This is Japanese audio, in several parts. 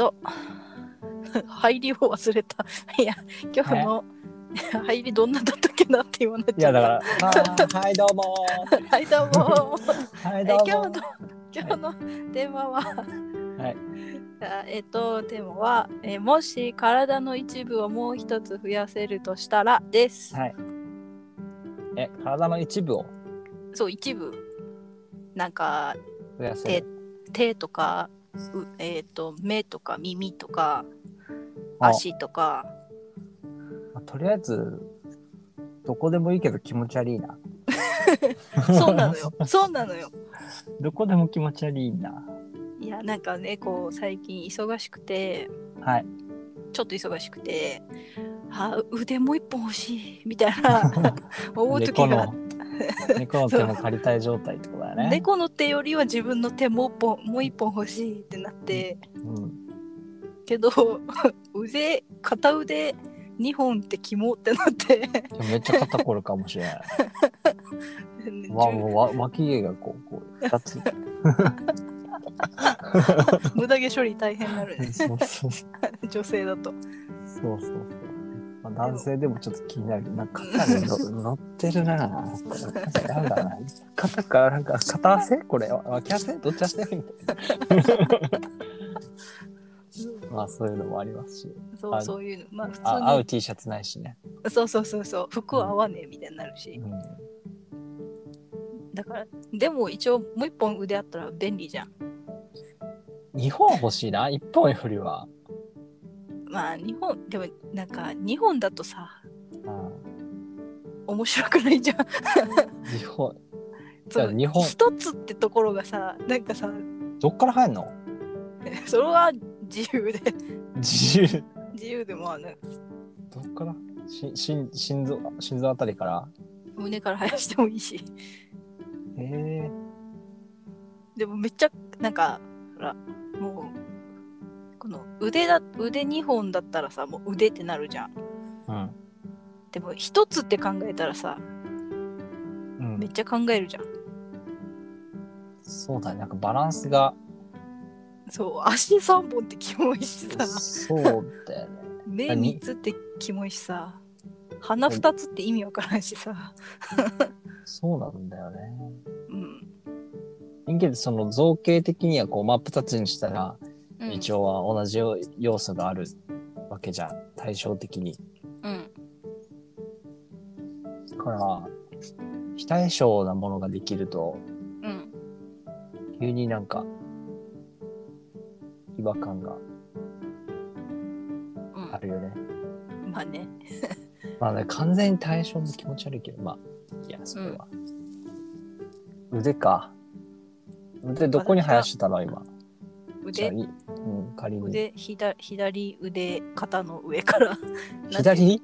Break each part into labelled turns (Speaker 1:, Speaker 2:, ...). Speaker 1: 入りを忘れた。 いや、今日の 入りどんなだったっけなって言わな っ
Speaker 2: い
Speaker 1: ちゃ
Speaker 2: や
Speaker 1: っ
Speaker 2: だ
Speaker 1: た。
Speaker 2: からあーはいどうも
Speaker 1: はい、どうも。
Speaker 2: ーは
Speaker 1: え
Speaker 2: い
Speaker 1: 今
Speaker 2: ど
Speaker 1: 日
Speaker 2: う
Speaker 1: の今
Speaker 2: も
Speaker 1: 日のテーマは、
Speaker 2: はい
Speaker 1: あえっとテーマは、えーもし体の一部をもう一つ増やせるとしたらです。
Speaker 2: はいえ体の一部を
Speaker 1: そう一部なんか
Speaker 2: 増やせ
Speaker 1: 手
Speaker 2: る
Speaker 1: 手とかうえっ、と目とか耳とか
Speaker 2: あ
Speaker 1: 足とか
Speaker 2: まあとりあえずどこでもいいけど気持ち悪いな
Speaker 1: そうなの よそうなのよ。
Speaker 2: どこでも気持ち悪いな。
Speaker 1: いやなんかねこう最近忙しくて
Speaker 2: はい。
Speaker 1: ちょっと忙しくて。あ腕もう一本欲しいみたいな思う時
Speaker 2: 猫
Speaker 1: があっ
Speaker 2: の猫の手も借りたい状態ってことだね。
Speaker 1: 猫の手よりは自分の手もう一本もう一本欲しいってなって
Speaker 2: うん、
Speaker 1: けど 腕片腕2本ってキモってなって
Speaker 2: でもめっちゃ肩こるかもしれない。わわわ脇毛がこうこう二 つ。
Speaker 1: 無駄毛処理大変になる ね
Speaker 2: そうそうそう
Speaker 1: 女性だと
Speaker 2: そうそう。まあ、男性でもちょっと気になるけど。なんか肩にの乗ってるな ぁ。なんだな。肩からなんか片汗これわ脇汗どっち汗みたいな。まあそういうのもありますし。
Speaker 1: そう
Speaker 2: あ
Speaker 1: そういうのまあ普通
Speaker 2: あ
Speaker 1: に
Speaker 2: 合う T シャツないしね。
Speaker 1: そうそうそうそう服は合わねえみたいになるし
Speaker 2: うん
Speaker 1: だからでも一応もう一本腕あったら便利じゃん
Speaker 2: 二本欲しいな一本よりは、
Speaker 1: まあ2本でもなんか2本だとさ
Speaker 2: うん、
Speaker 1: 面白くないじゃん
Speaker 2: 二本
Speaker 1: その
Speaker 2: 二本
Speaker 1: 一つってところがさなんかさ
Speaker 2: どっから入んの
Speaker 1: それは自由で
Speaker 2: 自由
Speaker 1: 自由でもある
Speaker 2: どっからし心心臓心臓あたりから
Speaker 1: 胸から生やしてもいいし
Speaker 2: へえ
Speaker 1: でもめっちゃなんかほらもうこの腕だ腕2本だったらさもう腕ってなるじゃん
Speaker 2: うん
Speaker 1: でも1つって考えたらさ
Speaker 2: う
Speaker 1: めっ
Speaker 2: ん
Speaker 1: ちゃ考えるじゃん
Speaker 2: そうだねなんかバランスが
Speaker 1: そう足3本ってキモいしさ
Speaker 2: そうだよね
Speaker 1: 目
Speaker 2: 何
Speaker 1: 3つってキモいしさ鼻2つって意味わからんしさ
Speaker 2: そうなんだよね
Speaker 1: うん、
Speaker 2: 人間ってその造形的にはこう真っ二つにしたら、
Speaker 1: うん、
Speaker 2: 一応は同じよ要素があるわけじゃん対照的に
Speaker 1: うん
Speaker 2: だから非対称なものができると
Speaker 1: うん
Speaker 2: 急になんか違和感が
Speaker 1: う
Speaker 2: あ
Speaker 1: ん
Speaker 2: るよね。
Speaker 1: まあね
Speaker 2: まあね完全に対象も気持ち悪いけど、まあ、いや、それは。腕か。腕どこに生やしてたの今。じゃあ
Speaker 1: 腕
Speaker 2: いいうん、仮に。
Speaker 1: 腕左左腕肩の上からなんて
Speaker 2: 左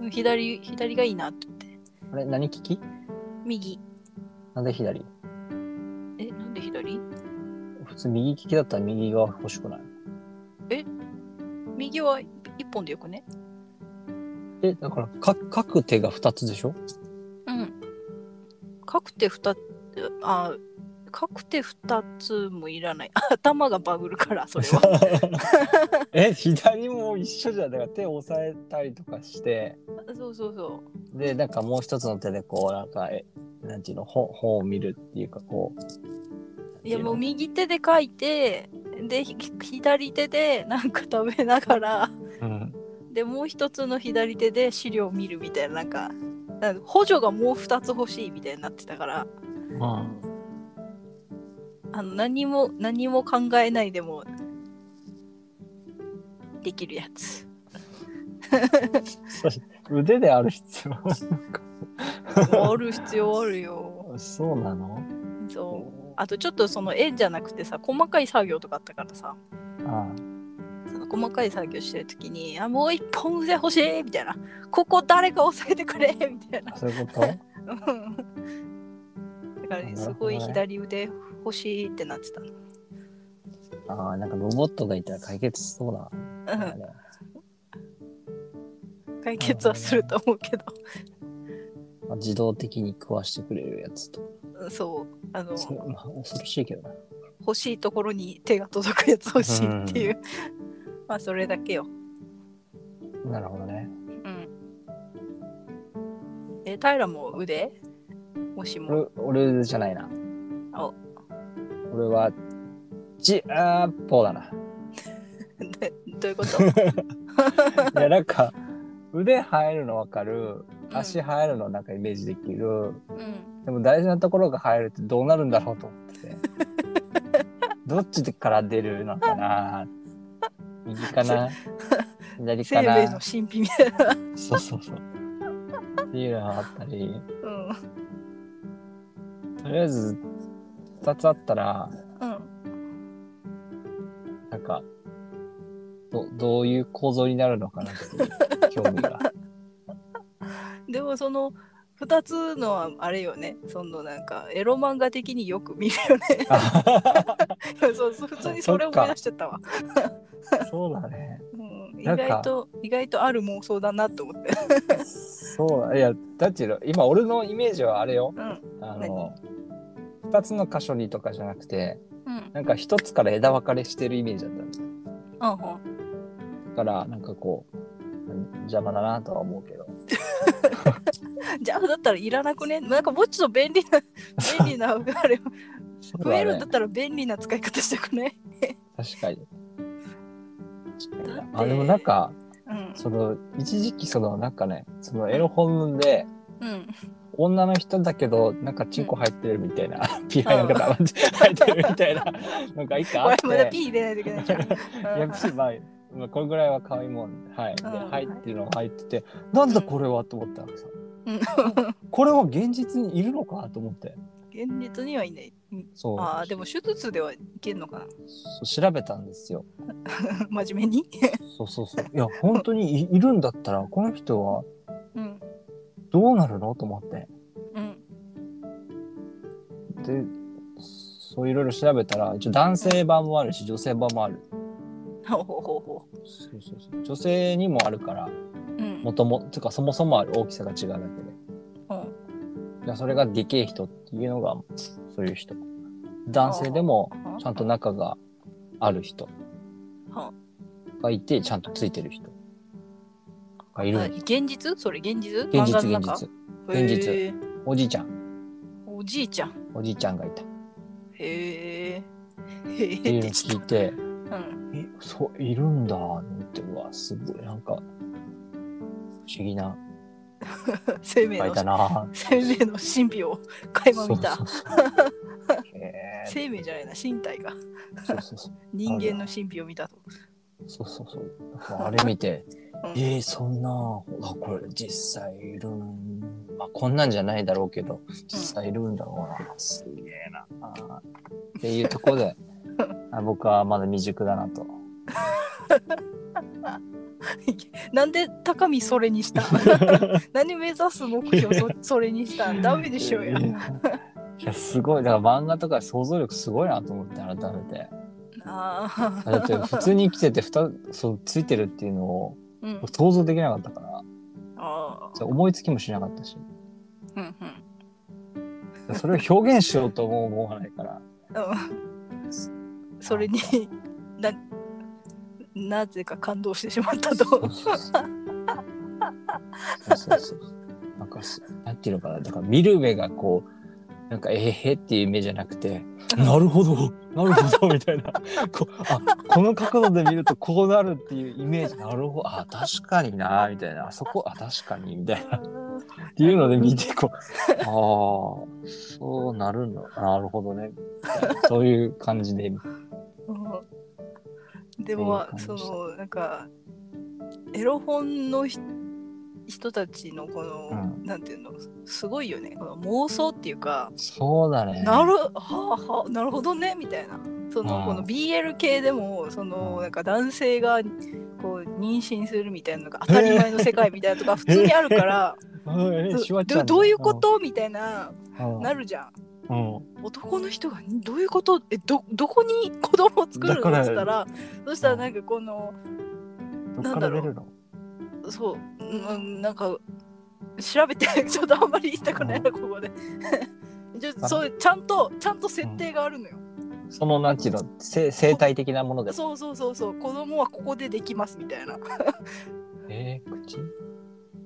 Speaker 1: うん左左がいいなって思って
Speaker 2: あれ何利き
Speaker 1: 右
Speaker 2: なんで左
Speaker 1: えなんで左
Speaker 2: 普通右利きだったら右が欲しくない
Speaker 1: 右は一本でよくね
Speaker 2: え、だからか、各手が2つでしょ
Speaker 1: うん各手二つあ各手二つもいらない 頭がバグるからそれは
Speaker 2: え、左も一緒じゃん。だから手を押さえたりとかして、
Speaker 1: そうそうそ
Speaker 2: で、なんかもう一つの手でこう、なんか、え、なんていうの、本本を見るっていうか、こう。
Speaker 1: ういやもう右手で書いてでひ左手でなんか食べながら
Speaker 2: うん、
Speaker 1: でもう一つの左手で資料を見るみたいななんかなんか補助がもう二つ欲しいみたいになってたから
Speaker 2: うん、
Speaker 1: あの何も何も考えないでもできるやつ。
Speaker 2: 腕である必要はなんか
Speaker 1: ある必要あるよ。
Speaker 2: そうなの
Speaker 1: そうあとちょっとその絵じゃなくてさ細かい作業とかあったからさ
Speaker 2: あ
Speaker 1: その細かい作業してる時に「あもう一本腕欲しい!」みたいな「ここ誰か押さえてくれ!」みたいな
Speaker 2: あ。そういうこと
Speaker 1: うんだから、
Speaker 2: なるほどね
Speaker 1: すごい左腕欲しいってなってたの。
Speaker 2: ああなんかロボットがいたら解決しそうだ
Speaker 1: う
Speaker 2: な、
Speaker 1: ん解決はすると思うけど、
Speaker 2: まあ自動的に食わしてくれるやつとか
Speaker 1: うんそうあの
Speaker 2: そう、まあ、恐ろしいけどな
Speaker 1: 欲しいところに手が届くやつ欲しいっていう、まあそれだけよ
Speaker 2: なるほどね。
Speaker 1: うん。え、平も腕もしも。
Speaker 2: 俺俺じゃないな。
Speaker 1: お
Speaker 2: 俺は、ジアッポーだ な。
Speaker 1: で どういうこと
Speaker 2: いや、なんか、腕生えるのわかる。
Speaker 1: うん
Speaker 2: 足生えるのなんかイメージできる。
Speaker 1: うん。
Speaker 2: でも大事なところが生えるってどうなるんだろうと思って て。どっちから出るのかな右 かな左
Speaker 1: 生
Speaker 2: か
Speaker 1: 命
Speaker 2: な
Speaker 1: の神秘みたいな。
Speaker 2: そうそうそう。っていうのがあったり、
Speaker 1: うん。
Speaker 2: とりあえず2つあったら、
Speaker 1: うん。
Speaker 2: なんか、どどういう構造になるのかなっていう興 味が。
Speaker 1: でもその、二つのはあれよね。そのなんか、エロ漫画的によく見るよね。 そうそう普通にそれを思い出しちゃったわ。
Speaker 2: そうだね。
Speaker 1: うん、意
Speaker 2: なんか
Speaker 1: 外と、意外とある妄想だなと思って。
Speaker 2: そうだ。いや、だって今俺のイメージはあれよ。
Speaker 1: うん。
Speaker 2: あの、2つの箇所にとかじゃなくて、
Speaker 1: うん。
Speaker 2: なんか1つから枝分かれしてるイメージだったんです
Speaker 1: うんうん。
Speaker 2: だから、なんかこう、邪魔だなとは思うけど。
Speaker 1: じゃあだったらいらなくねなんかもうちょっと便利 な便利なあれ増えるんだったら便利な使い方したくない
Speaker 2: 確かに。確かに
Speaker 1: だっ
Speaker 2: あ
Speaker 1: て
Speaker 2: でもなんか
Speaker 1: うん
Speaker 2: その一時期そのなんかねそのエロ本で
Speaker 1: うん
Speaker 2: 女の人だけどなんかチンコ入ってるみたいな、 ピーなんか黙って入ってるみた いなのが一回
Speaker 1: こ
Speaker 2: あっ
Speaker 1: れ
Speaker 2: て
Speaker 1: まだピー入れないといけないじゃん、
Speaker 2: いや
Speaker 1: うん
Speaker 2: ピーまあまあこれぐらいは可愛いもんはいで
Speaker 1: うん
Speaker 2: 入ってるのが入っててなんだこれはと思ったわけさ
Speaker 1: うん
Speaker 2: これは現実にいるのかと思って
Speaker 1: 現実にはいないうん
Speaker 2: そう
Speaker 1: ああでも手術ではいけんのかな
Speaker 2: そう調べたんですよ
Speaker 1: 真面目に
Speaker 2: そうそうそういや本当にいいるんだったらこの人は
Speaker 1: うん
Speaker 2: どうなるのと思って
Speaker 1: うん
Speaker 2: でそういろいろ調べたら一応男性版もあるし女性版もある
Speaker 1: ほうほうほうほ
Speaker 2: そうそうそう女性にもあるから
Speaker 1: ううん
Speaker 2: もともてかそもそもある大きさが違うだけ
Speaker 1: う
Speaker 2: で
Speaker 1: ん
Speaker 2: だからそれがでけえ人っていうのがそういう人男性でもちゃんと中がある人
Speaker 1: は
Speaker 2: がいてちゃんとついてる人がい
Speaker 1: あ
Speaker 2: る
Speaker 1: 現実それ現実
Speaker 2: 現実
Speaker 1: 漫画の
Speaker 2: 現
Speaker 1: 中
Speaker 2: 実現実
Speaker 1: へえ
Speaker 2: おじいちゃん
Speaker 1: おじいちゃん
Speaker 2: おじいちゃんがいたっ
Speaker 1: へえへえって
Speaker 2: いうの
Speaker 1: て
Speaker 2: を
Speaker 1: ち
Speaker 2: 聞
Speaker 1: ょ
Speaker 2: い
Speaker 1: っと
Speaker 2: て
Speaker 1: う ん
Speaker 2: えそういるんだと思ってうわすごいなんか不思議な
Speaker 1: 生命
Speaker 2: 世界
Speaker 1: の
Speaker 2: だな
Speaker 1: 生命の神秘を垣間見た
Speaker 2: そうそうそ うへー
Speaker 1: 生命じゃないな身体が
Speaker 2: そうそうそう
Speaker 1: 人間の神秘を見たと。
Speaker 2: そうそうそう。あれ見 て
Speaker 1: うん、
Speaker 2: えー、そんな、あ、これ実際いるん、まあ、こんなんじゃないだろうけど、実際いるんだろうな。すげえな。あーっていうところ で、あ僕はまだ未熟だなと。
Speaker 1: なんで高見それにした 何目指す目標そそれにしたダメでしょうや。
Speaker 2: いや、すごい。だから漫画とか想像力すごいなと思って、改めて。
Speaker 1: ああ。
Speaker 2: だって普通に生きてて、ふたそう、ついてるっていうのを
Speaker 1: うん。
Speaker 2: 想像できなかったから、
Speaker 1: あ
Speaker 2: そ
Speaker 1: あ。
Speaker 2: れ思いつきもしなかったし、
Speaker 1: うんうん。
Speaker 2: それを表現しようとも思わないから。
Speaker 1: うんそれにななぜか感動してしまったと。
Speaker 2: そうそうそう。なんかす、なんていうのかな、だから見る目がこう、なんか、えへへっていう目じゃなくて、なるほど、なるほど、みたいな。こあこの角度で見るとこうなるっていうイメージ、なるほど、あ、確かにな、みたいな。あそこ、あ、確かに、みたいな。っていうので見て、 こう、ああ、そうなるんだ。なるほどね。そういう感じ で。
Speaker 1: うんでも
Speaker 2: って
Speaker 1: そ
Speaker 2: いう感じ
Speaker 1: のなんかエロ本のひ人たちのこの、
Speaker 2: うん
Speaker 1: なんていうのすごいよねこの妄想っていうか、
Speaker 2: そうだね。
Speaker 1: なるはあはあなるほどねみたいなその、
Speaker 2: うん
Speaker 1: この BL 系でもその、
Speaker 2: うん
Speaker 1: なんか男性がこう妊娠するみたいなのが当たり前の世界みたいなとか普通にあるから、
Speaker 2: うん えシワちゃん
Speaker 1: どどういうことみたいな
Speaker 2: うん
Speaker 1: なるじゃん。
Speaker 2: うん
Speaker 1: 男の人がんどういうことえどどこに子供を作るの
Speaker 2: だ
Speaker 1: っ
Speaker 2: から
Speaker 1: つったらそしたらなんかこの
Speaker 2: どっから出るの
Speaker 1: そううんなんか調べて ちょっとあんまり言いたくないなここで じゃあそうちゃんとちゃんと設定があるのよ、
Speaker 2: そのなんちゅうの生生態的なもので
Speaker 1: そうそうそうそう子供はここでできますみたいな
Speaker 2: えー、口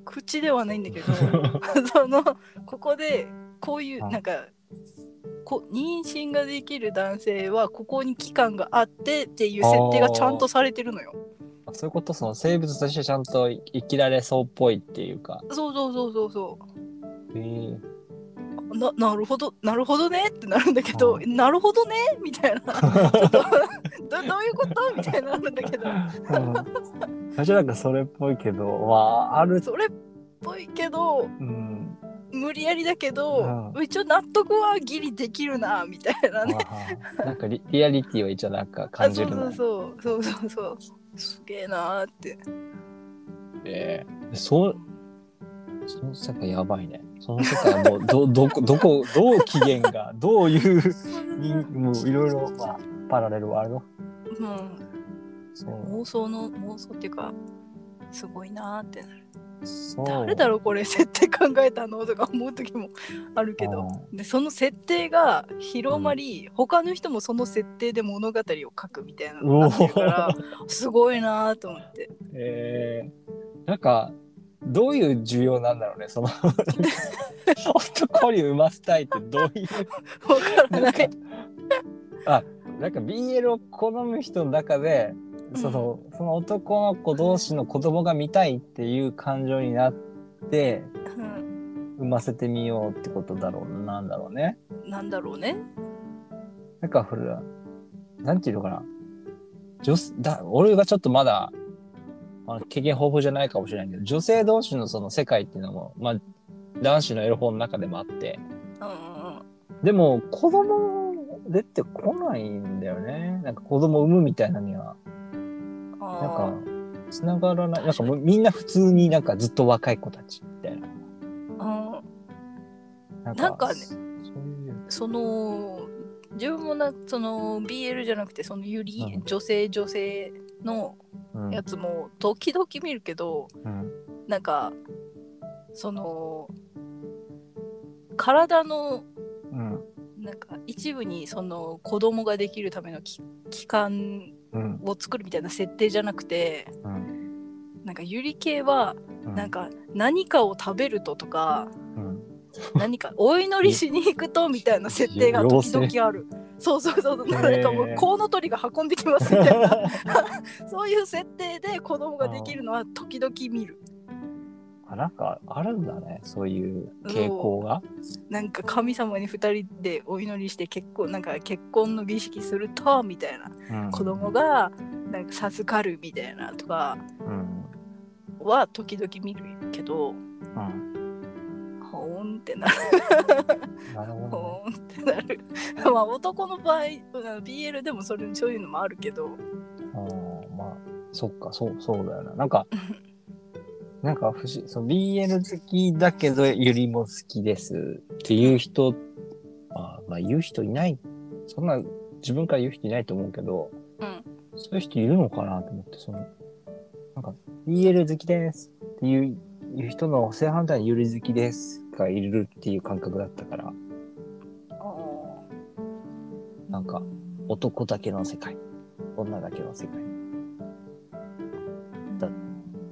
Speaker 1: 口ではないんだけ どそのここでこういう
Speaker 2: はい
Speaker 1: なんかこ妊娠ができる男性はここに期間があってっていう設定がちゃんとされてるのよ。
Speaker 2: あそういうことその生物としてちゃんと生きられそうっぽいっていうか。
Speaker 1: そうそうそうそうそ
Speaker 2: えー、
Speaker 1: うななるほどなるほどねってなるんだけど
Speaker 2: は
Speaker 1: なるほどねみたい なちょっと どどういうことみたいになるんだけど
Speaker 2: うん、最初なんかそれっぽいけど、まあ、ある、
Speaker 1: それっぽいけど
Speaker 2: うん、
Speaker 1: 無理やりだけど、
Speaker 2: う
Speaker 1: 一応納得はギリできるなみたいな ね。
Speaker 2: あーなんかリリアリティを一応なんか感じるの。
Speaker 1: あそうそうそうそうそうそうすげえなーって
Speaker 2: えーそう、その世界やばいね。その世界はもう、 ど、どこ、どこ、どう期限が、どういう、にもういろいろ、まあ、パラレルはあるの。
Speaker 1: うん
Speaker 2: そう、
Speaker 1: 妄想の妄想っていうかすごいなーってなる
Speaker 2: そう。
Speaker 1: 誰だろうこれ 設定考えたのとか思う時もあるけど
Speaker 2: う
Speaker 1: でその設定が広まり、他の人もその設定で物語を書くみたいなのがあってるからすごいなーと思って
Speaker 2: えー、なんか、どういう需要なんだろうね、その、男に産ませたいってどういう。
Speaker 1: 分から
Speaker 2: な
Speaker 1: なん
Speaker 2: か
Speaker 1: い、
Speaker 2: あなんか BL を好む人の中で、そのその男の子同士の子供が見たいっていう感情になって
Speaker 1: うん
Speaker 2: 産ませてみようってことだろうなんだろうね。
Speaker 1: なんだろうね
Speaker 2: なんかほらなんていうのかな女性だ俺がちょっとまだ、まあ、経験豊富じゃないかもしれないけど女性同士のその世界っていうのも、まあ、男子のエロ本の中でもあって
Speaker 1: うんうん
Speaker 2: でも子供出てこないんだよねなんか子供産むみたいなのには。
Speaker 1: うんあ
Speaker 2: なん
Speaker 1: ー
Speaker 2: か、つながらない。なんかもうみんな普通になんかずっと若い子たちみたいな。
Speaker 1: うん
Speaker 2: なん
Speaker 1: なんかね
Speaker 2: そそういう。
Speaker 1: その自分もなその BL じゃなくてそのゆり、
Speaker 2: うん
Speaker 1: 女性女性の
Speaker 2: うん
Speaker 1: やつも時々見るけど、
Speaker 2: うん
Speaker 1: なんかその体の
Speaker 2: うん
Speaker 1: なんか一部にその子供ができるためのき期間
Speaker 2: うん
Speaker 1: を作るみたいな設定じゃなくて
Speaker 2: うん
Speaker 1: なんかゆり系は
Speaker 2: うん
Speaker 1: なんか何かを食べるととか、
Speaker 2: うん
Speaker 1: 何かお祈りしに行くとみたいな設定が時々ある。そうそうそうそう、
Speaker 2: へー
Speaker 1: なんかもうコウノトリが運んできますみたい なそういう設定で子供ができるのは時々見る
Speaker 2: あなんかあるんだねそういう傾向が。
Speaker 1: なんか神様に二人でお祈りして結婚なんか結婚の儀式するとみたいな
Speaker 2: うん
Speaker 1: 子供。がなんか授かるみたいなとか
Speaker 2: うん
Speaker 1: は時々見るけど
Speaker 2: うん
Speaker 1: ほーんってなる
Speaker 2: なるほど
Speaker 1: ほーんってなる まあ男の場合 BL でもそれそういうのもあるけど
Speaker 2: ね。うんまあそっかそうそうだよな。なんか。なんか不思議そう BL 好きだけどゆりも好きですっていう人あまあ言う人いないそんな自分から言う人いないと思うけど、
Speaker 1: うん
Speaker 2: そういう人いるのかなと思ってそのなんか BL 好きですっていういう人の正反対にゆり好きですがいるっていう感覚だったからなんか男だけの世界女だけの世界だ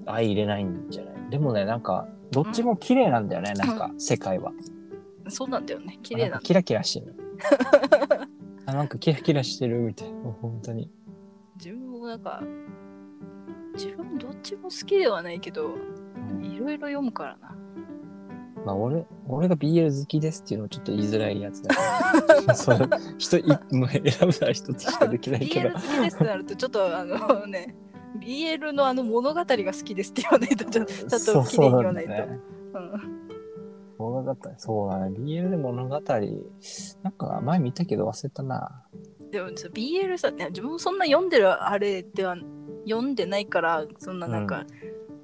Speaker 2: 相入れないんじゃないでもねなんかどっちも綺麗なんだよね、なんか世界は。
Speaker 1: そうなんだよ ね綺麗
Speaker 2: な
Speaker 1: なん
Speaker 2: かキラキラしてるあなんかキラキラしてるみたいな本当に
Speaker 1: 自分もなんか自分どっちも好きではないけどいろいろ読むからな
Speaker 2: まあ俺俺が BL 好きですっていうのはちょっと言いづらいやつだか らそう人いもう選ぶのは一つしかできないけど
Speaker 1: BL 好きですってなるとちょっとあのね BL のあの物語が好きですって言わないとちょちょっ
Speaker 2: そ
Speaker 1: と
Speaker 2: う
Speaker 1: 綺麗
Speaker 2: そ
Speaker 1: に
Speaker 2: う
Speaker 1: 言
Speaker 2: な
Speaker 1: わ
Speaker 2: ん
Speaker 1: な
Speaker 2: だ
Speaker 1: いと
Speaker 2: よね物語そうだね BL で物語なんか前見たけど忘れたな
Speaker 1: うんでもさ BL さね自分もそんな読んでるあれでは読んでないからそんななんか、
Speaker 2: う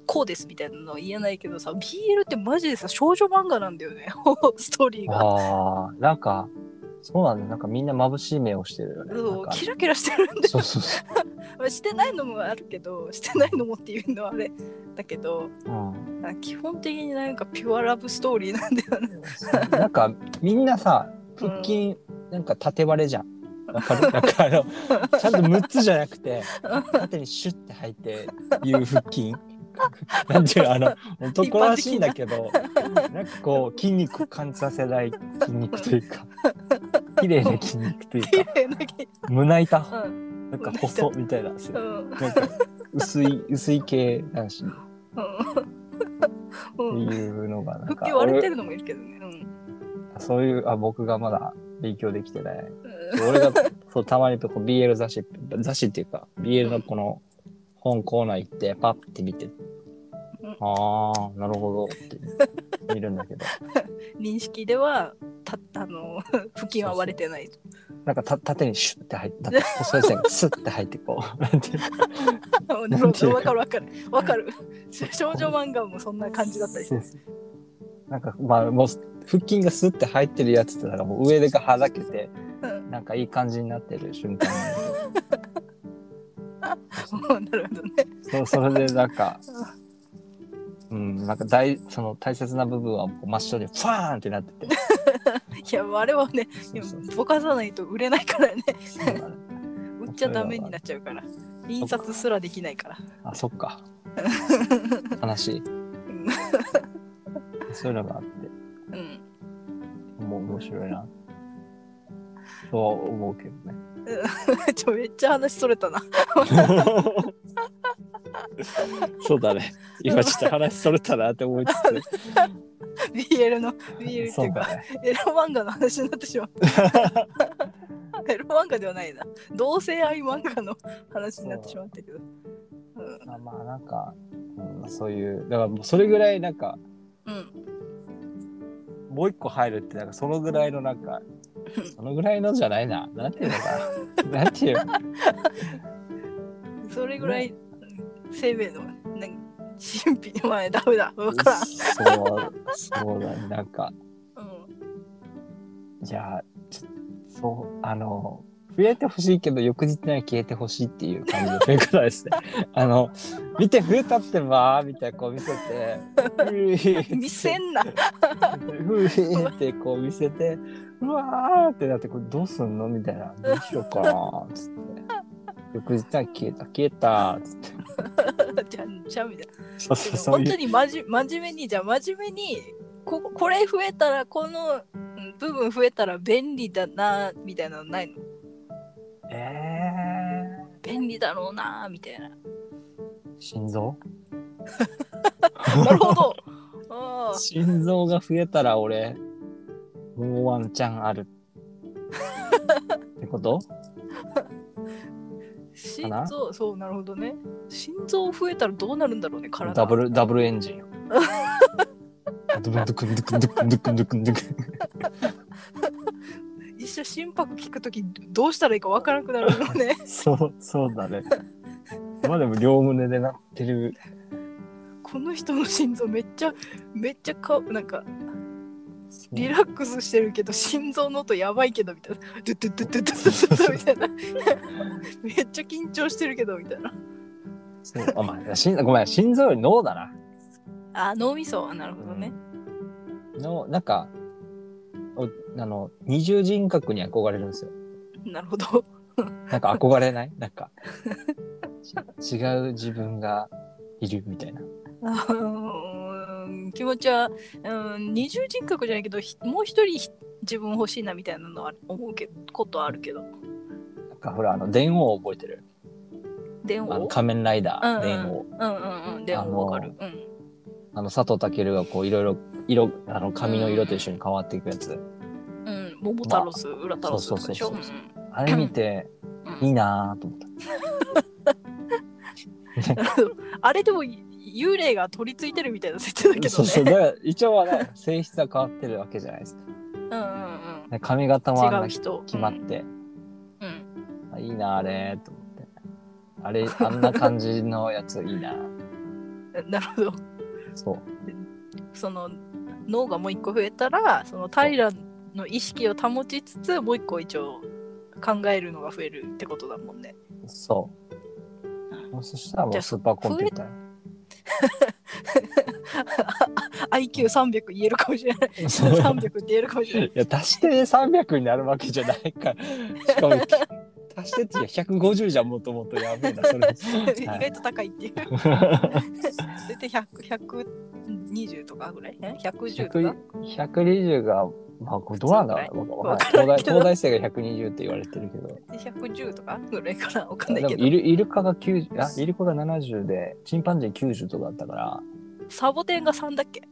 Speaker 1: こうですみたいなのは言えないけどさ BL ってマジでさ少女漫画なんだよね ストーリーが。
Speaker 2: あーなんかそうなんだなんかみんな眩しい目をしてるよね
Speaker 1: そ
Speaker 2: なん
Speaker 1: う
Speaker 2: か
Speaker 1: キラキラしてるんだよ
Speaker 2: そうそうそ
Speaker 1: まあ、してないのもあるけどしてないのもっていうのはあれだけど
Speaker 2: う、うん
Speaker 1: あ基本的になんかピュアラブストーリーなんだよね。
Speaker 2: なんかみんなさ腹筋なんか縦割れじゃん。わかるなん かあのちゃんと6つじゃなくて縦にシュッて入っていう腹筋 なんていうのあの男らしいんだけどなんかこう筋肉感じさせない筋肉というか綺麗な筋肉という
Speaker 1: 綺
Speaker 2: か
Speaker 1: 麗な毛
Speaker 2: 胸板
Speaker 1: うん
Speaker 2: なんか細みたいな
Speaker 1: う
Speaker 2: なんんか薄い薄い系男子っ
Speaker 1: う
Speaker 2: て
Speaker 1: んうん
Speaker 2: いうのがなん
Speaker 1: 腹
Speaker 2: か
Speaker 1: 筋割れてるのもいるけどねうん
Speaker 2: 俺そういうあ僕がまだ勉強できてない俺がそうたまにとこう BL 雑誌雑誌っていうか BL のこの本コーナー行ってパッて見て、
Speaker 1: うん
Speaker 2: ああなるほどって見るんだけど
Speaker 1: 認識ではたあの 腹筋は割れてないと
Speaker 2: なんかた縦にシュッて入って縦細い線がスッて入ってこうなんていう
Speaker 1: なるほど
Speaker 2: のな
Speaker 1: わ
Speaker 2: んていうか
Speaker 1: かるわかるわかる 少女漫画もそんな感じだったりす
Speaker 2: そう
Speaker 1: る
Speaker 2: そうなんかまあもう腹筋がスッて入ってるやつってなんかもう上がはだけて
Speaker 1: うん
Speaker 2: なんかいい感じになってる瞬間に
Speaker 1: うんなるほどね
Speaker 2: そうそれでなんかうんなんか大その大切な部分はこう真っ白でファーンってなって
Speaker 1: い
Speaker 2: て
Speaker 1: やあれはね
Speaker 2: そうそう
Speaker 1: ぼかさないと売れないからね
Speaker 2: そうだね
Speaker 1: 売っちゃダメになっちゃうから印刷すらできないから
Speaker 2: あそっか悲しい
Speaker 1: ん
Speaker 2: そういうのがあって
Speaker 1: うん
Speaker 2: もう面白いなとは思うけどね
Speaker 1: ちょめっちゃ話それたな
Speaker 2: そうだね今ちょっと話それたなって思いつ
Speaker 1: BL の BL っ
Speaker 2: つ
Speaker 1: て
Speaker 2: そ
Speaker 1: いううか
Speaker 2: だね
Speaker 1: エロ漫画の話になってしまった エロ漫画ではないな同性愛漫画の話になってしまったけどうん
Speaker 2: まあまあなんか、うん、そういうだからもうそれぐらいなんか
Speaker 1: うん
Speaker 2: もう一個入るってなんかそのぐらいのなんかそのぐらいのじゃないななんていうのかななんていう
Speaker 1: それぐらい、生命のなん神秘の前ダメだ分からん、
Speaker 2: そうそうだねなんか
Speaker 1: うん、
Speaker 2: じゃあ、ちょそう、あの、増えてほしいけど、翌日には消えてほしいっていう感じの増え方ですね。 あの、見て増えたってば、みたいなこう見せて、う ぃ
Speaker 1: 見せんな
Speaker 2: うぃってこう見せて、うわーってなって、これどうすんのみたいな、どうしようかな、つって。翌日には消えた、消えた、つって。
Speaker 1: じゃんじゃんみたいな
Speaker 2: そ
Speaker 1: でも
Speaker 2: うそう、そう
Speaker 1: 本
Speaker 2: い
Speaker 1: 当
Speaker 2: う。
Speaker 1: にまじ真面目にじゃあ真面目にここれ増えたらこのうん部分増えたら便利だなみたいなのないの
Speaker 2: え
Speaker 1: 便利だろうなみた いな
Speaker 2: ー、心臓
Speaker 1: なるほどあ
Speaker 2: 心臓が増えたら俺もうワンチャンあるってこと
Speaker 1: ー心臓そうなるほどね心臓増えたらどうなるんだろうね体
Speaker 2: ダブルダブルエンジンよドゥクンドゥクンドゥクンドゥクンドゥクンドゥクン
Speaker 1: 一緒心拍聞くときどうしたらいいかわからなくなるのね
Speaker 2: そうそうだねまあでも両胸でなってる
Speaker 1: この人の心臓めっちゃめっちゃかなんか
Speaker 2: そう
Speaker 1: リラックスしてるけど心臓の音やばいけどみたいなドゥドゥドゥドゥドゥドゥドゥみたいなめっちゃ緊張してるけどみたいな
Speaker 2: そうあ、まあ、心ごめん心臓より脳だな
Speaker 1: あ脳みそなるほどね
Speaker 2: 脳なんかおあの二重人格に憧れるんですよ
Speaker 1: なるほど
Speaker 2: なんか憧れないなんかち違う自分がいるみたいな
Speaker 1: うーん気持ちはうん二重人格じゃないけどひもう一人ひ自分欲しいなみたいなのは思うけことはあるけど
Speaker 2: なんかほらあの電王覚えてる
Speaker 1: 電
Speaker 2: あの
Speaker 1: 話
Speaker 2: 仮面ライダ
Speaker 1: うんう
Speaker 2: ー、
Speaker 1: ん
Speaker 2: 電王。
Speaker 1: うんうんうん電話わかる、うん
Speaker 2: あの、佐藤健がこう、いろいろ、色、あの、髪の色と一緒に変わっていくやつ。
Speaker 1: うん、桃太郎ス、裏太郎スとかでしょ。
Speaker 2: そううんそうあれ見て、いいなぁと思った。
Speaker 1: うん あれでも幽霊が取り付いてるみたいな設定だけどね。
Speaker 2: そうそう。だから、一応はね、性質は変わってるわけじゃないですか。
Speaker 1: うんうん
Speaker 2: ね髪型
Speaker 1: う
Speaker 2: は
Speaker 1: ん。違
Speaker 2: な
Speaker 1: う人。
Speaker 2: 決まって、
Speaker 1: うんうん
Speaker 2: あいいなぁあれと思って。あれ、あんな感じのやついいな ぁ
Speaker 1: なるほど。
Speaker 2: そう。
Speaker 1: その脳がもう一個増えたら、その平の意識を保ちつつ、もう一個一応考えるのが増えるってことだもんね。
Speaker 2: そう。もうそしたらも
Speaker 1: じゃ
Speaker 2: う
Speaker 1: あ
Speaker 2: スーパーコンピューター。
Speaker 1: IQ300 言えるかもしれない。
Speaker 2: そう
Speaker 1: 300って言えるかもしれない。
Speaker 2: いや、足して300になるわけじゃないから。しかも、足してって150じゃんもともとやべえなそれ
Speaker 1: 意外と高いっていう。 大体100、120とかぐらいね。110とか。
Speaker 2: 120がまあこれどうなんだろうわかん
Speaker 1: わか
Speaker 2: な
Speaker 1: んないい
Speaker 2: 東
Speaker 1: け
Speaker 2: 大
Speaker 1: ど
Speaker 2: 東大生が120って言われてるけど
Speaker 1: で110とかぐらいかな。わかんない
Speaker 2: で
Speaker 1: け
Speaker 2: も
Speaker 1: ど
Speaker 2: イ。ルイルカが90あイルカが70でチンパンジー90とかだったから
Speaker 1: サボテンが3だっけ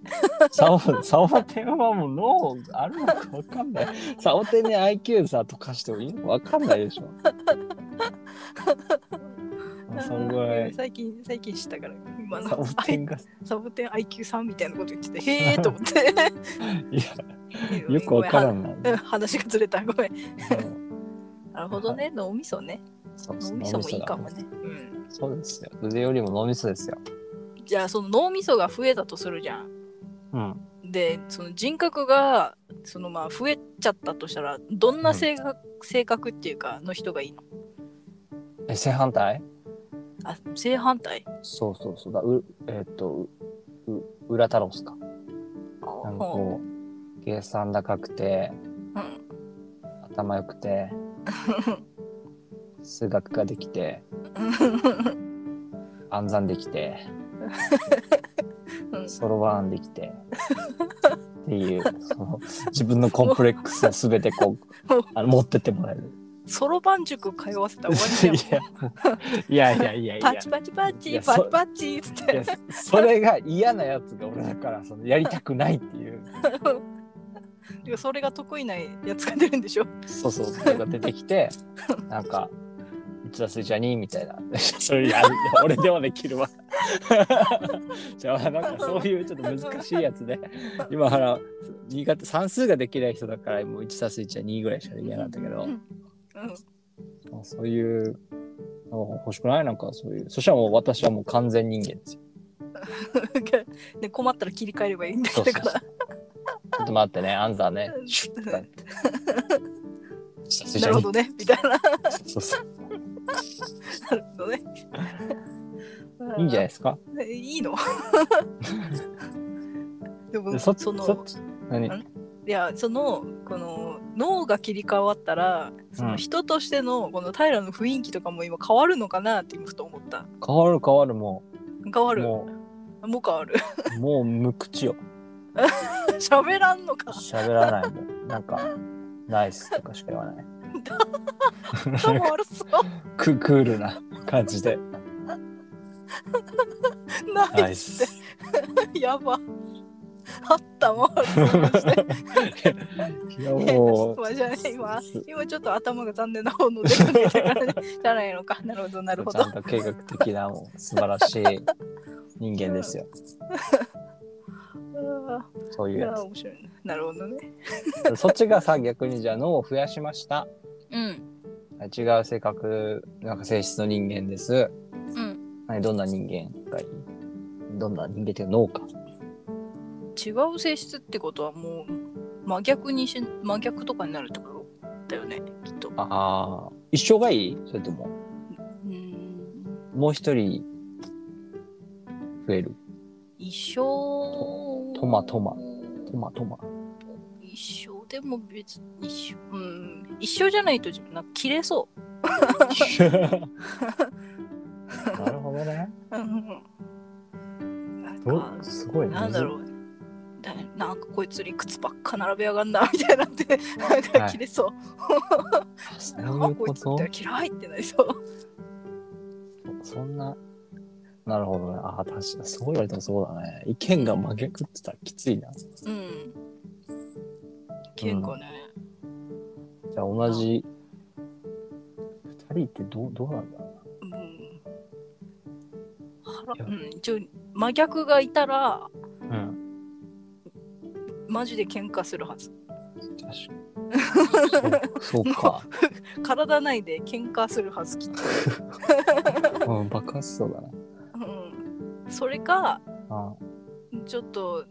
Speaker 2: サオ サオテンはもう脳あるのか分かんない。サオテンに IQ さとかしてもいいのか分かんないで しょ。あそんぐらい。
Speaker 1: 最近、最近知ったから、今の
Speaker 2: サボテンが
Speaker 1: サボテン IQ3 みたいなこと言っ てて、へえと思って。
Speaker 2: い やよく分から
Speaker 1: い。
Speaker 2: んない。
Speaker 1: うん話がずれた。ごめん。なるほどね。脳みそね。
Speaker 2: そう
Speaker 1: 脳みそもいいかも
Speaker 2: 脳み
Speaker 1: ね。うん。
Speaker 2: そだそうですよ。腕よりも脳みそですよ。
Speaker 1: じゃあ、その脳みそが増えたとするじゃん。
Speaker 2: うん。
Speaker 1: でその人格がそのまあ増えちゃったとしたらどんな性格,、性格っていうかの人がいいの
Speaker 2: え正反対
Speaker 1: あ正反対
Speaker 2: そうそうそうだ。うえっと、うう裏太郎っすか。なんか
Speaker 1: ほ
Speaker 2: こう、計算高くて、
Speaker 1: ううん
Speaker 2: 頭良くて、 数学ができて、暗算できて。
Speaker 1: うん
Speaker 2: そろばんできてっていうその自分のコンプレックスを全て
Speaker 1: も
Speaker 2: こう
Speaker 1: う
Speaker 2: あの持ってってもらえる。
Speaker 1: そろばん塾通わせたら終わりじ
Speaker 2: いやいやいやいやい
Speaker 1: ゃんパ
Speaker 2: や
Speaker 1: チパチパチ
Speaker 2: いや
Speaker 1: パチパチっつって
Speaker 2: それが嫌なやつが俺だからそのやりたくないっていう
Speaker 1: でそれが得意なやつが出るんでしょ
Speaker 2: そうそうそれが出てき てなんか「1たす1は2」みたいなそれやる俺ではできるわじゃあなんかそういうちょっと難しいやつで今から新潟算数ができない人だからもう1たす1は2ぐらいしかできなかったけど。
Speaker 1: うん
Speaker 2: あそういうのが欲しくないなんかそういう。そしたらもう私はもう完全人間ですよ。
Speaker 1: で困ったら切り替えればいいんだ
Speaker 2: そう
Speaker 1: だ
Speaker 2: そうそ
Speaker 1: か
Speaker 2: う
Speaker 1: ら
Speaker 2: ちょっと待ってね、アンザーね。シュッとかって。シャシャシャ
Speaker 1: なるほどねみたいなな
Speaker 2: そうそう
Speaker 1: るほどね
Speaker 2: いいんじゃないですか
Speaker 1: え い いのでも
Speaker 2: で
Speaker 1: そ
Speaker 2: そそっ
Speaker 1: の
Speaker 2: ち何
Speaker 1: んいやそのこの脳が切り替わったらそうの
Speaker 2: ん
Speaker 1: 人としてのこの平の雰囲気とかも今変わるのかなって今ふと思った
Speaker 2: 変わる変わるも
Speaker 1: 変わ
Speaker 2: う。
Speaker 1: るも
Speaker 2: も
Speaker 1: う変わる
Speaker 2: う、もう無口よ。
Speaker 1: 喋らんの か
Speaker 2: 喋らないもん。なんか、ナイスとかしか言 わない。
Speaker 1: 頭悪そう
Speaker 2: ククールな感じで。
Speaker 1: ナイスって。やばあったもん して
Speaker 2: いやもう。
Speaker 1: まあじゃあね今今ちょっと頭が残念な方の出かけたから ねじゃないのかなるほどなるほ
Speaker 2: ち
Speaker 1: ど
Speaker 2: ゃんと計画的なもう素晴らしい人間ですよ。
Speaker 1: あ
Speaker 2: そ
Speaker 1: ー
Speaker 2: うい
Speaker 1: いう
Speaker 2: や
Speaker 1: や面白いななるほどね
Speaker 2: つ。そっちがさ逆にじゃあ脳を増やしました。
Speaker 1: うん
Speaker 2: 違う性格なんか性質の人間です。
Speaker 1: うん
Speaker 2: はいどんな人間がいいどんな人間っていうか脳か。
Speaker 1: 違う性質ってことはもう真逆にし真逆とかになるってことだよねきっとう
Speaker 2: ああ一生がいいそれとも
Speaker 1: ーん
Speaker 2: もう一人増える
Speaker 1: 一生
Speaker 2: トマトマトマトマ。
Speaker 1: 一生でも別に一生うん一生じゃないと自分なんか切れそ
Speaker 2: なるほど ね。
Speaker 1: ううんなん
Speaker 2: ど
Speaker 1: か
Speaker 2: すごいね
Speaker 1: なんだろうだなんかこいつ理屈ばっか並べやがんなみたいな ってなんか切れそう、
Speaker 2: そう
Speaker 1: ないん
Speaker 2: う
Speaker 1: かこ
Speaker 2: こ
Speaker 1: いつみ
Speaker 2: と
Speaker 1: たいな嫌いってなりそう
Speaker 2: そんな。なるほどね。ああ、確かにそう言われてもそうだね。意見が真逆って言ったらきついな。じ
Speaker 1: うん結構ね、
Speaker 2: ゃあ同じ。二人ってどう、どうなんだろう
Speaker 1: うん
Speaker 2: いや
Speaker 1: 腹うん、一応真逆がいたら
Speaker 2: な。うん。
Speaker 1: マジで喧嘩するはず
Speaker 2: 確かに。そうそうか。
Speaker 1: 体内で喧嘩するはずきっと、
Speaker 2: うん、爆発しそうだな。
Speaker 1: うん、それか
Speaker 2: あ
Speaker 1: ちょっと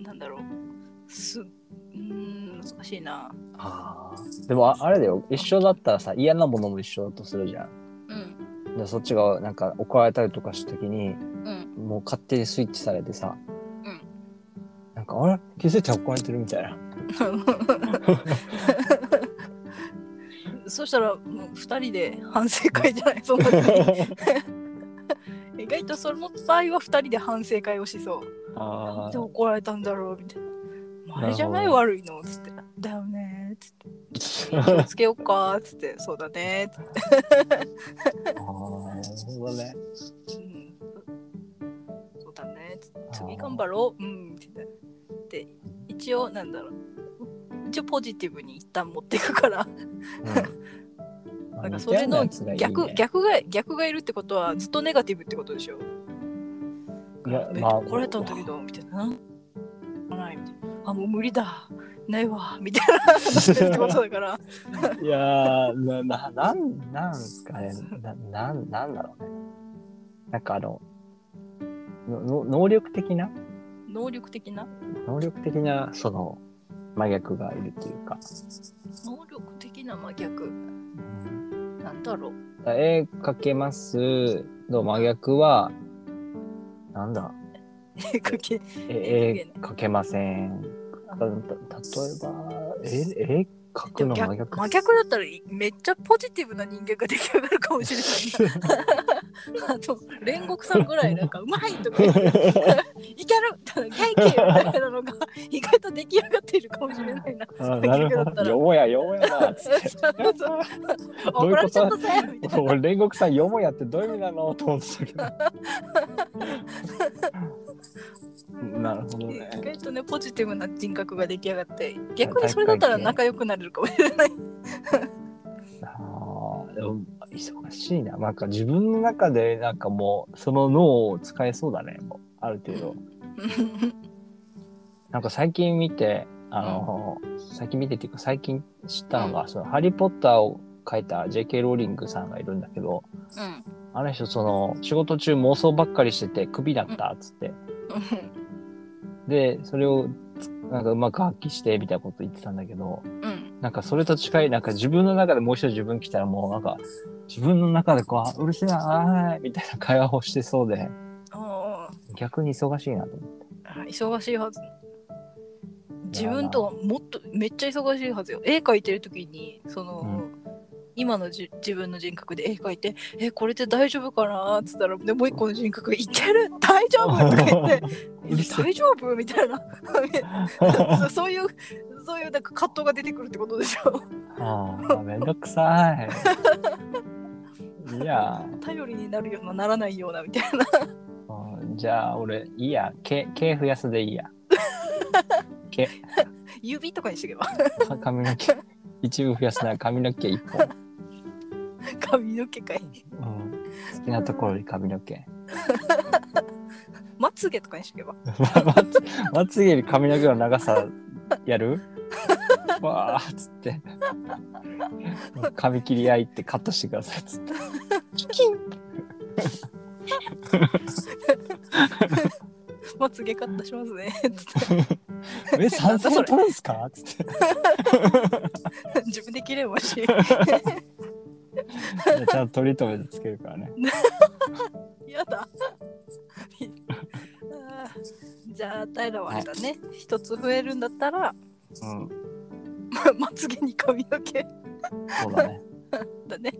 Speaker 1: なんだろうすうーん難しいな
Speaker 2: あー。でもあ、あれだよ。一緒だったらさ、嫌なものも一緒だとするじゃん。
Speaker 1: うん
Speaker 2: で、そっちがなんか怒られたりとかした時に、
Speaker 1: うん
Speaker 2: もう勝手にスイッチされてさ、
Speaker 1: うん
Speaker 2: なんか、あれ気づいたら怒られてるみたいな。
Speaker 1: そしたらもう2人で反省会じゃないそ の時意外とその場合は2人で反省会をしそうな
Speaker 2: あ
Speaker 1: んで
Speaker 2: ー
Speaker 1: 怒られたんだろうみたいなもうあれじゃな
Speaker 2: ないるほど
Speaker 1: 悪いのっつってだよねーっつって気をつけようかーっつってそうだねーっつっ
Speaker 2: あーなるほどね。
Speaker 1: て、うん、そうだねーっつって次頑張ろううんっつってで一応なんだろう一応ポジティブに一旦持っていくから
Speaker 2: うん
Speaker 1: なんかそれの逆
Speaker 2: いいね
Speaker 1: 逆が逆がいるってことはずっとネガティブってことでしょ
Speaker 2: いや
Speaker 1: めっち
Speaker 2: ま
Speaker 1: ゃ
Speaker 2: あ
Speaker 1: 怒られたん だけどみたいな。なんないみたいな。あもう無理だ。ないわみたいな。ってことだから。
Speaker 2: いやーなななんなんすかねななんなんだろうねなんかあののの能力的な
Speaker 1: 能力的な。
Speaker 2: 能力的なその真逆がいるというか、
Speaker 1: 能力的な真逆。なんだろ う。
Speaker 2: 絵描けますの真逆はなんだ
Speaker 1: 絵描け。
Speaker 2: え絵描けません
Speaker 1: あ
Speaker 2: た例えばえ絵
Speaker 1: で
Speaker 2: 描く
Speaker 1: も
Speaker 2: の
Speaker 1: 逆
Speaker 2: 真
Speaker 1: 真
Speaker 2: 逆
Speaker 1: 逆だったらめっちゃポジティブな人間が出来上がるかもしれないな。あと煉獄さんぐらいなんかうまいとか言っていける元気みたいなのが意外と出来上がっているかもしれないな。
Speaker 2: あなる
Speaker 1: 真
Speaker 2: ほ
Speaker 1: 逆だった
Speaker 2: ど
Speaker 1: ら
Speaker 2: よもやよもや なつってどういうこと
Speaker 1: 怒られちゃったぜみたいな。
Speaker 2: 俺煉獄さんよもやってどういう意味なのと思ってたけ どなるほど
Speaker 1: 意
Speaker 2: ね
Speaker 1: 外とねポジティブな人格が出来上がって逆にそれだったら仲良くなれるかもしれない
Speaker 2: あーでも忙しいななんか自分の中でなんかもうその脳を使えそうだねもうある程度なんか最近見てあの、最近見てっていうか最近知ったのが、そのハリー・ポッターを書いた J.K. ローリングさんがいるんだけどあの人その仕事中妄想ばっかりしててクビだったっつって、でそれをつなんかうまく発揮してみたいなこと言ってたんだけど
Speaker 1: うんうん
Speaker 2: なんかそれと近いなんか自分の中でもう一度自分来たらもうなんか自分の中でこうあうるせえなあーみたいな会話をしてそうで
Speaker 1: あ
Speaker 2: 逆に忙しいなと思って
Speaker 1: ー忙しいはず自分とはもっとめっちゃ忙しいはずよ絵描いてる時にその、
Speaker 2: う
Speaker 1: 今のじ自分の人格で絵描いて「えこれで大丈夫かな?」っつったらでもう一個の人格が「いける大丈夫?」とか言って「
Speaker 2: うるせえ
Speaker 1: 大丈夫?」みたいなそう そういうそういうなんか葛藤が出てくるってことでしょ
Speaker 2: あーめんどくさいいや
Speaker 1: 頼りになるようなならないようなみたいな
Speaker 2: うんじゃあ俺いいや毛毛増やすでいいや毛
Speaker 1: 指とかにしてけば
Speaker 2: か髪の 毛一部増やすなら髪の毛一本、
Speaker 1: 髪の毛かい
Speaker 2: うん、好きなところに髪の毛
Speaker 1: まつげとかにしてけば
Speaker 2: まつまつげより髪の毛の長さやる わーっつって髪切り合いってカットしてくださいっつって
Speaker 1: まつげカットしますね
Speaker 2: 「 え3
Speaker 1: なんだそ
Speaker 2: 歳
Speaker 1: れ
Speaker 2: 取るんすか?」っつって
Speaker 1: 自分で切ればしい
Speaker 2: いやちゃんとトリートメントつけるからね
Speaker 1: やだ あーじゃあ平はあれだね一つ増えるんだったら
Speaker 2: うん
Speaker 1: ままつげに髪の毛
Speaker 2: そうだね
Speaker 1: だね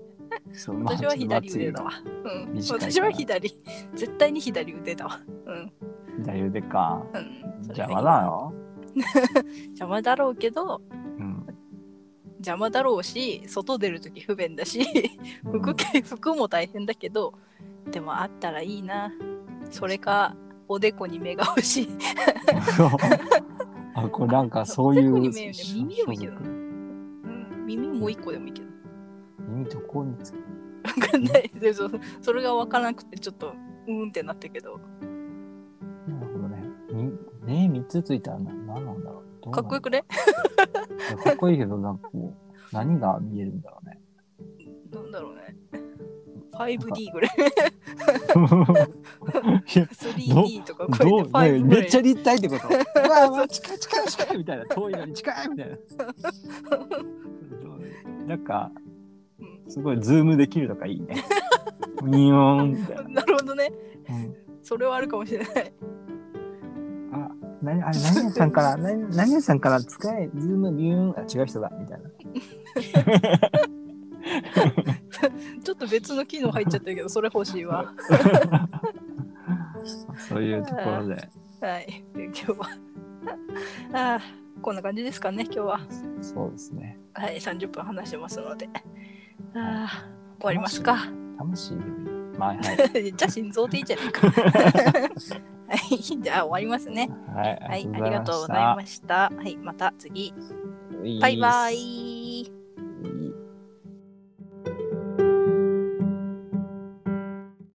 Speaker 2: そう
Speaker 1: 私は左腕だ
Speaker 2: ま
Speaker 1: わ、
Speaker 2: つ
Speaker 1: うん、
Speaker 2: 短いから
Speaker 1: 私は左絶対に左腕だわうん、
Speaker 2: げの左腕か
Speaker 1: うん、それ
Speaker 2: 邪
Speaker 1: が
Speaker 2: 魔だよ、
Speaker 1: 邪魔だろうけど
Speaker 2: うん、
Speaker 1: 邪魔だろうし外出る時不便だし服系服も大変だけどでもあったらいいなそれかおでこに目が欲しい
Speaker 2: あこれなんかそういう
Speaker 1: おでこに見えるね耳でもいいけどうん耳もう一個でもいいけど
Speaker 2: 耳どこにつ
Speaker 1: 分かんないでそそれが分からなくてちょっとうーんってなったけど
Speaker 2: なるほどね。みね三つついたらな何なんだろう。どう
Speaker 1: かっ
Speaker 2: なんだ
Speaker 1: こよくね
Speaker 2: ろうかっこいいけどなんかこう何が見えるんだろうね。
Speaker 1: なんだろうね 5D ぐら い 3D とか超
Speaker 2: ど
Speaker 1: えて
Speaker 2: う
Speaker 1: 5
Speaker 2: ね
Speaker 1: ぐら
Speaker 2: め
Speaker 1: い
Speaker 2: っちゃ立体ってこと。うわうわ近い近い近いみたいな遠いのに近いみたいな。なんか
Speaker 1: うん
Speaker 2: すごいズームできるとかいいね。ニヨーンって。
Speaker 1: なるほどね
Speaker 2: うん
Speaker 1: それはあるかもしれない
Speaker 2: あ、何あれ何々さんから何何々さんから使えズームビューンあ違う人だみたいな。
Speaker 1: 別の機能入っちゃったけどそれ欲しいわ
Speaker 2: そういうところで
Speaker 1: はいで今日はあーこんな感じですかね今日は
Speaker 2: そうですね
Speaker 1: はい30分話してますのであー終わりますか
Speaker 2: 楽しいよまあはい
Speaker 1: じゃあ心臓でいいじゃないか はいじゃあ終わりますね
Speaker 2: はい、
Speaker 1: はいありがとうございましたはいまた次
Speaker 2: す
Speaker 1: バイバイ